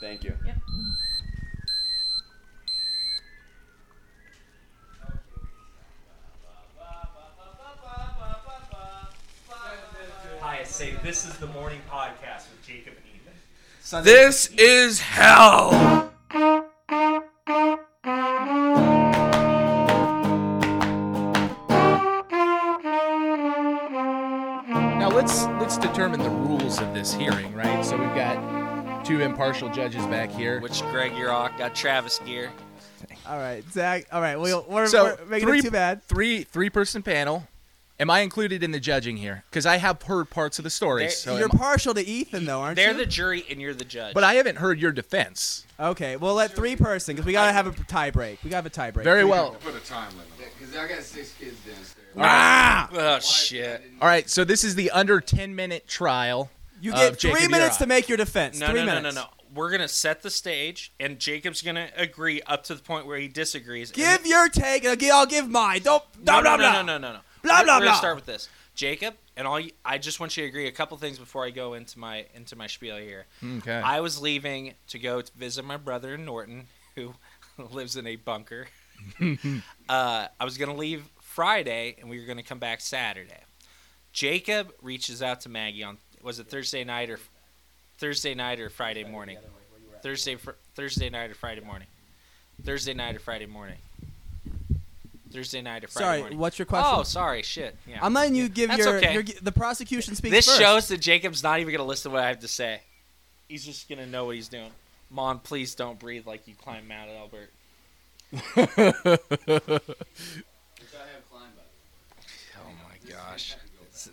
Thank you. Yep. Hi, it's Say. This is the morning podcast with Jacob and Ethan. Sunday- This is hell. Now let's let's determine the rules of this hearing, right? So we've got two impartial judges back here. Which Greg Yurok got Travis gear. All right, Zach. All right, we'll, we're, so we're making three, it too bad. Three three person panel. Am I included in the judging here? Because I have heard parts of the story. They're- so You're am- partial to Ethan, though, aren't They're you? the jury and you're the judge. but I haven't heard your defense. okay, we'll let three person because we gotta have a tie break. We gotta have a tie break. Very well. Put a time limit. Because I got six kids downstairs. Ah! oh shit. All right, so this is the under 10 minute trial. Uh, You of get Jacob three minutes Yurok. to make your defense. No, three no, no, minutes. no, no. We're gonna set the stage, and Jacob's gonna agree up to the point where he disagrees. and Give your take. and I'll gi- I'll give mine. Don't. No, Blah, no, blah, no, blah. no, no, no, no. Blah, We're- blah, We're gonna blah. start with this, Jacob, and all. You, I just want you to agree a couple things before I go into my into my spiel here. Okay. I was leaving to go to visit my brother in Norton, who lives in a bunker. uh, I was going to leave Friday, and we were going to come back Saturday. Jacob reaches out to Maggie on was it Thursday night or Thursday night or Friday morning? Thursday fr- Thursday night or Friday morning? Thursday night or Friday morning? Thursday night or Friday Sorry, morning? what's your Oh, question? sorry, shit. Yeah. I'm letting you give That's your, okay. your the prosecution speaks this first. shows that Jacob's not even going to listen to what I have to say. He's just going to know what he's doing. Mon, please don't breathe like you climbed Mount Albert. Oh my gosh. That's-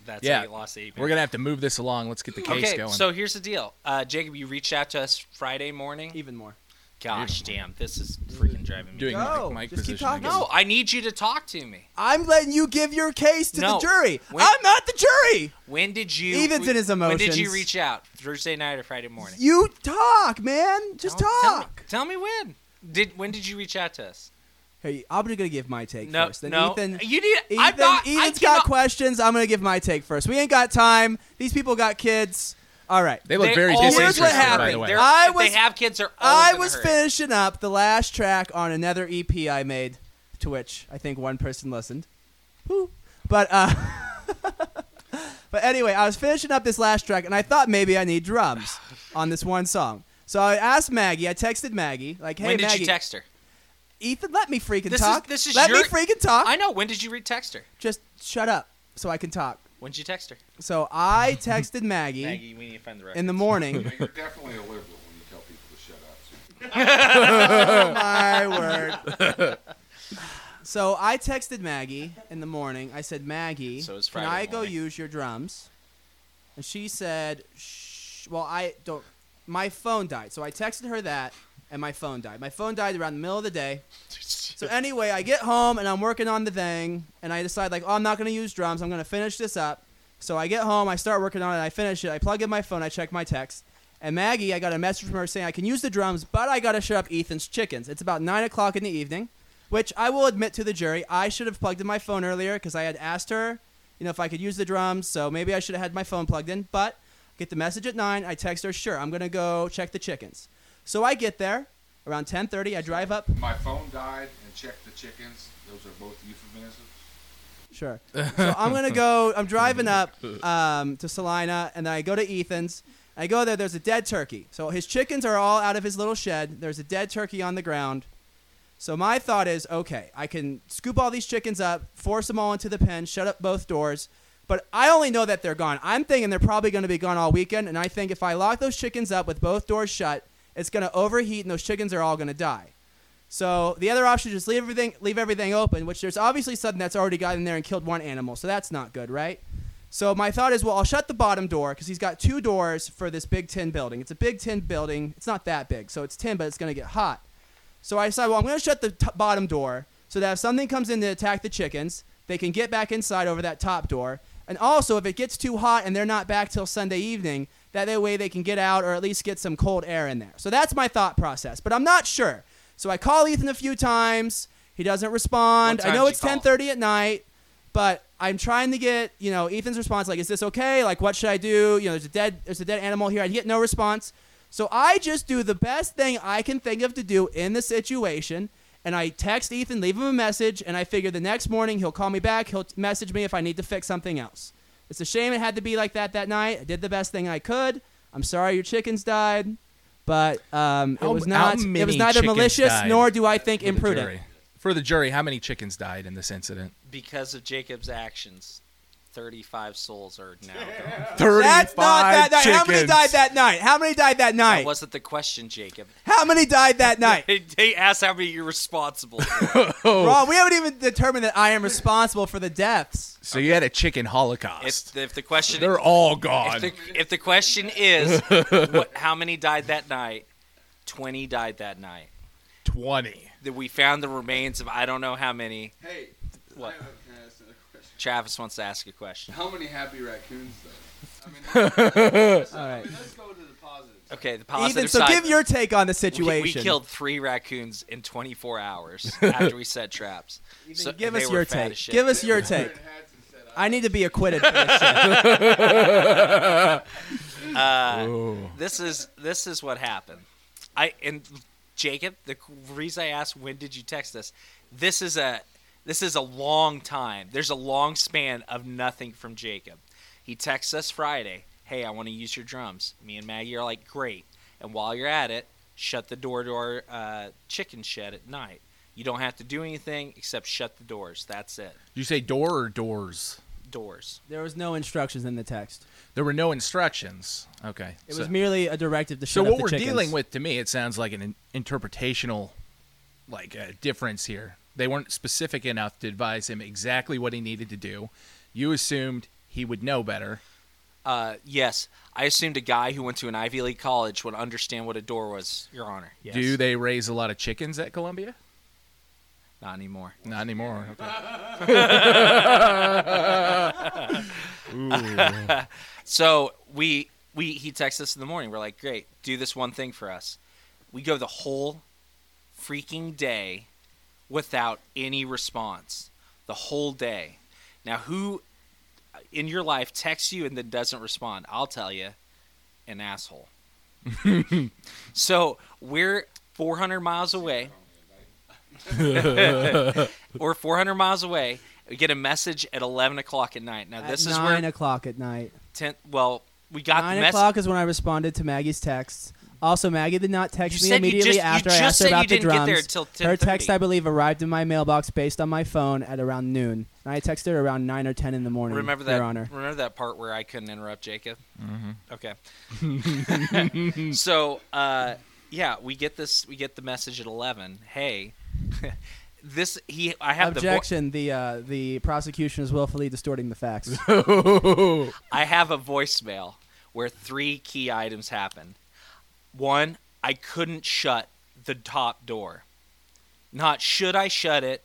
That's Yeah. how you lost eight. We're going to have to move this along. Let's get the case okay, going. so here's the deal. Uh, Jacob, you reached out to us Friday morning. even more. Gosh damn, this is freaking driving me. Doing Go. mic- mic Just keep position talking. again. No, I need you to talk to me. I'm letting you give your case to No. the jury. When- I'm not the jury. When did you? Ethan's in his When did you emotions. reach out? Thursday night or Friday morning? You talk, man. Just No, tell me- talk. Tell me, when. Did when did you reach out to us? Hey, I'm gonna give my take No, first. Then no. Ethan, you need. Ethan, I'm not. I Ethan's cannot- got questions. I'm gonna give my take first. We ain't got time. These people got kids. All right. They look They very always- disinterested, Here's what by the happened. way. They're- I if was- they have kids. They're always I in a was hurry. finishing up the last track on another EP I made, to which I think one person listened. Woo. But uh, but anyway, I was finishing up this last track, and I thought maybe I need drums on this one song. So I asked Maggie. I texted Maggie, like, "Hey, when did Maggie, you text her? Ethan, let me freaking This is- talk. this is let me your- freaking talk. I know. When did you re text her? Just shut up so I can talk." When did you text her? So I texted Maggie, Maggie, we need to find the record. in the morning. You're definitely a liberal when you tell people to shut up. oh my word. So I texted Maggie in the morning. I said, Maggie, So it's can Friday I go morning. use your drums? And she said, Shh. Well, I don't. My phone died. So I texted her that, and my phone died. My phone died around the middle of the day. So anyway, I get home and I'm working on the thing, and I decide like, oh, I'm not gonna use drums. I'm gonna finish this up. So I get home, I start working on it, I finish it. I plug in my phone, I check my text, and Maggie, I got a message from her saying I can use the drums, but I gotta shut up Ethan's chickens. It's about nine o'clock in the evening, which I will admit to the jury, I should have plugged in my phone earlier because I had asked her, you know, if I could use the drums. So maybe I should have had my phone plugged in, but get the message at nine. I text her, sure, I'm gonna go check the chickens. So I get there around 10:30. I drive up. My phone died and checked the chickens. Those are both euphemisms. Sure. So I'm gonna go. I'm driving up um, to Salina, and then I go to Ethan's. I go there. There's a dead turkey. So his chickens are all out of his little shed. There's a dead turkey on the ground. So my thought is, okay, I can scoop all these chickens up, force them all into the pen, shut up both doors. But I only know that they're gone. I'm thinking they're probably going to be gone all weekend, and I think if I lock those chickens up with both doors shut, it's going to overheat, and those chickens are all going to die. So the other option is just leave everything leave everything open, which there's obviously something that's already gotten there and killed one animal, so that's not good, right? So my thought is, well, I'll shut the bottom door because he's got two doors for this big tin building. It's a big tin building. It's not that big, so it's tin, but it's gonna get hot. So I decide, well, I'm gonna shut the t- bottom door so that if something comes in to attack the chickens, they can get back inside over that top door. And also, if it gets too hot and they're not back till Sunday evening, that that way they can get out or at least get some cold air in there. So that's my thought process, but I'm not sure. So I call Ethan a few times. He doesn't respond. What I time know did it's you call? 10:30 at night, but I'm trying to get you know Ethan's response. Like, is this okay? Like, what should I do? You know, there's a dead there's a dead animal here. I get no response. So I just do the best thing I can think of to do in the situation. And I text Ethan, leave him a message, and I figure the next morning he'll call me back. He'll t- message me if I need to fix something else. It's a shame it had to be like that that night. I did the best thing I could. I'm sorry your chickens died, but um, it How- was how not. It was many neither chickens malicious died nor do I think For the imprudent. jury. For the jury, how many chickens died in this incident? Because of Jacob's actions, 35 souls are now gone. Thirty-five That's not that night. How many died that night? How many died that That night? wasn't the question, Jacob. How many died that night? They, they asked how many you're responsible for. Ron, we haven't even determined that I am responsible for the deaths. So you had a chicken holocaust. if, if the question They're all if gone. the, if the question is what, how many died that night, 20 died that night. Twenty. That we found the remains of I don't know how many. Hey, What? I have a- can I ask another question? Travis wants to ask a question. How many happy raccoons though? I mean, let's, All right. I mean, let's go to the positives. Okay, the positive Ethan, so side. give your take on the we, situation. we killed three raccoons in 24 hours after we set traps. Ethan, So- give and they us were your fat as take. shit. Give us your take. Wearing hats and said, I need to be acquitted for this shit. Uh, Oh. this is this is what happened. I and Jacob, the reason I asked when did you text us, this is a this is a long time. There's a long span of nothing from Jacob. He texts us Friday, "Hey, I want to use your drums." Me and Maggie are like, "Great!" And while you're at it, shut the door to our uh, chicken shed at night. You don't have to do anything except shut the doors. That's it. You say door or doors? Doors. There was no instructions in the text. There were no instructions. Okay. It so, was merely a directive to so shut up what the we're chickens. dealing with to me, it sounds like an in- interpretational, like uh, difference here. They weren't specific enough to advise him exactly what he needed to do. You assumed he would know better. Uh, yes, I assumed a guy who went to an Ivy League college would understand what a door was, Your Honor. Yes. Do they raise a lot of chickens at Columbia? Not anymore. Not anymore. So we we he texts us in the morning. We're like, great, do this one thing for us. We go the whole freaking day without any response. The whole day. Now, who in your life texts you and then doesn't respond? I'll tell you, an asshole. so we're 400 miles away. we're 400 miles away. We get a message at 11 o'clock at night. Now, At this is where nine o'clock at night. ten, well, we got nine the message. o'clock is when I responded to Maggie's texts. Also, Maggie did not text You me said you immediately just- you after I just asked her said you about the didn't get drums. there till her text, 10:30. I believe, arrived in my mailbox based on my phone at around noon, and I texted her around nine or ten in the morning. Remember that. Your Honor. Remember that part where I couldn't interrupt Jacob. Mm-hmm. Okay. so uh, yeah, we get this. We get the message at eleven. Hey, this he. I have Objection: the uh, the prosecution is willfully distorting the facts. the. Vo- I have a voicemail where three key items happen. One, I couldn't shut the top door. Not should I shut it.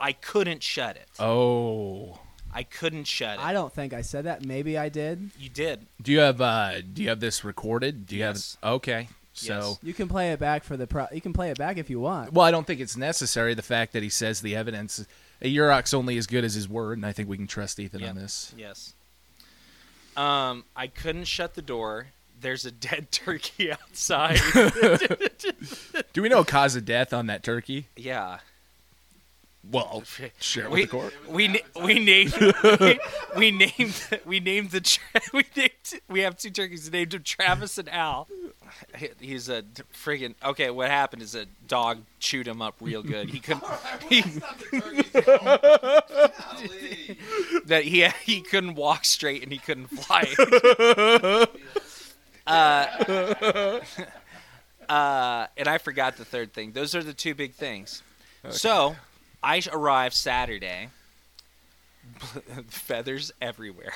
I couldn't shut it. oh. I couldn't shut it. I don't think I said that. Maybe I did. you did. Do you have uh do you have this recorded? Do you Yes. have Okay. So Yes. You can play it back for the pro. You can play it back if you want. well, I don't think it's necessary the fact that he says the evidence a Uroc's only as good as his word, and I think we can trust Ethan on Yep. this. Yes. Um, I couldn't shut the door. There's a dead turkey outside. Do we know a cause of death on that turkey? yeah. Well, share with We the court. we na- we named we, we named we named the tra- we named we have two turkeys named him Travis and Al. He- He's a d- friggin' okay. What happened is a dog chewed him up real good. He couldn't he, Golly. that he he couldn't walk straight and he couldn't fly. uh, uh, and I forgot the third thing. Those are the two big things. So I arrived Saturday. Feathers everywhere.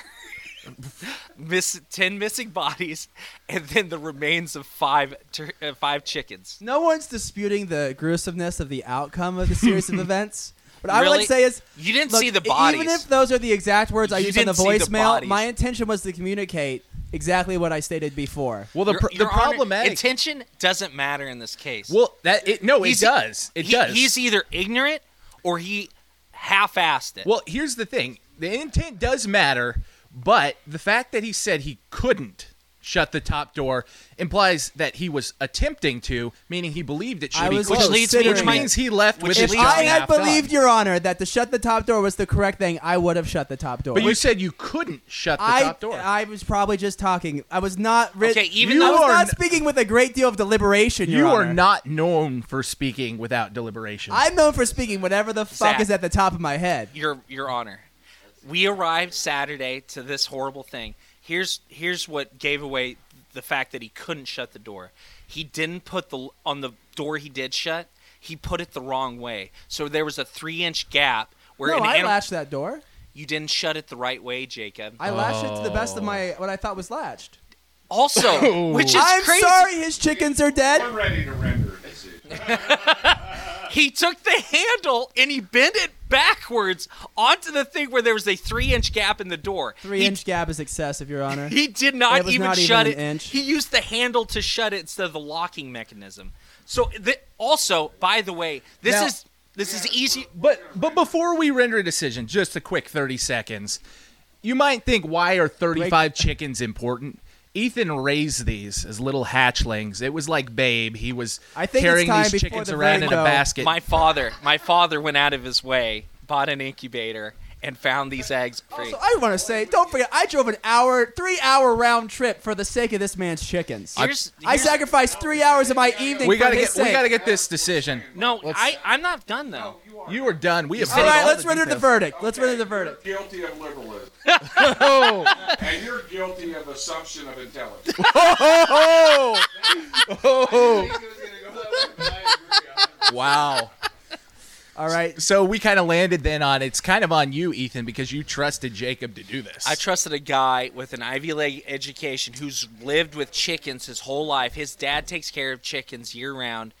Miss ten missing bodies, and then the remains of five tur- uh, five chickens. No one's disputing the gruesomeness of the outcome of the series of events. What I would like Really? to say is You didn't Look, e-, see the bodies. Even if those are the exact words I You used on the didn't see the voicemail, bodies. my intention was to communicate exactly what I stated before. Well, the Your- pr- the Your Honor, problematic intention doesn't matter in this case. Well, that it no, it He's- does. It he- does. He's either ignorant or he half-assed it. Well, here's the thing: the intent does matter, but the fact that he said he couldn't shut the top door implies that he was attempting to, meaning he believed it should I be was closed. leads me which to- means he left Which with his leads If Leon I had half done. believed, Your Honor, that the shut the top door was the correct thing, I would have shut the top door. But you said you couldn't shut the I, top door. I was probably just talking. I was not. Ri- Okay, even I though- was You are not n- speaking with a great deal of deliberation. Your you are Honor. not known for speaking without deliberation. I'm known for speaking whatever the fuck Zach. is at the top of my head. Your Your Honor, we arrived Saturday to this horrible thing. Here's here's what gave away the fact that he couldn't shut the door. He didn't put the on the door he did shut. He put it the wrong way, so there was a three inch gap where no, an I anim- latched that door. you didn't shut it the right way, Jacob. I latched it to the best of Oh. my what I thought was latched. also, which is Oh. I'm crazy. sorry, his chickens are dead. We're ready to render a decision. He took the handle and he bent it backwards onto the thing where there was a three inch gap in the door. Three He- inch gap is excessive, Your Honor. He did It not was even not even shut an it. inch. He used the handle to shut it instead of the locking mechanism. So th- also, by the way, this Now- is this is easy. But but before we render a decision, just a quick 30 seconds. You might think why are 35 chickens important? Ethan raised these as little hatchlings. It was like babe. He was I think it's carrying time these before chickens the around in a verdict, though. basket. My father, my father went out of his way, bought an incubator, and found these eggs free. So I want to say, don't forget, I drove an hour, three hour round trip for the sake of this man's chickens. Here's- I here's- sacrificed three hours of my evening. we got gotta to get we gotta get this decision. No, Let's- I I'm not done though. You are done. We have All hit right, let's the render the details. verdict. Let's render the verdict. You're guilty of liberalism. Oh, and you're guilty of assumption of intelligence. oh, oh. wow. All right. So we kind of landed then on it's kind of on you, Ethan, because you trusted Jacob to do this. I trusted a guy with an Ivy League education who's lived with chickens his whole life. His dad takes care of chickens year round,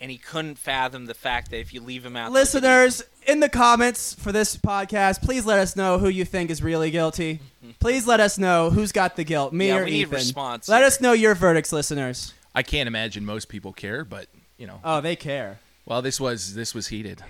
and he couldn't fathom the fact that if you leave him out, Listeners, in the comments for this podcast, please let us know who you think is really guilty. Please let us know who's got the guilt, me Yeah, or we need Ethan. response let here. us know your verdicts, listeners. I can't imagine most people care, but you know. Oh, they care. Well, this was this was heated.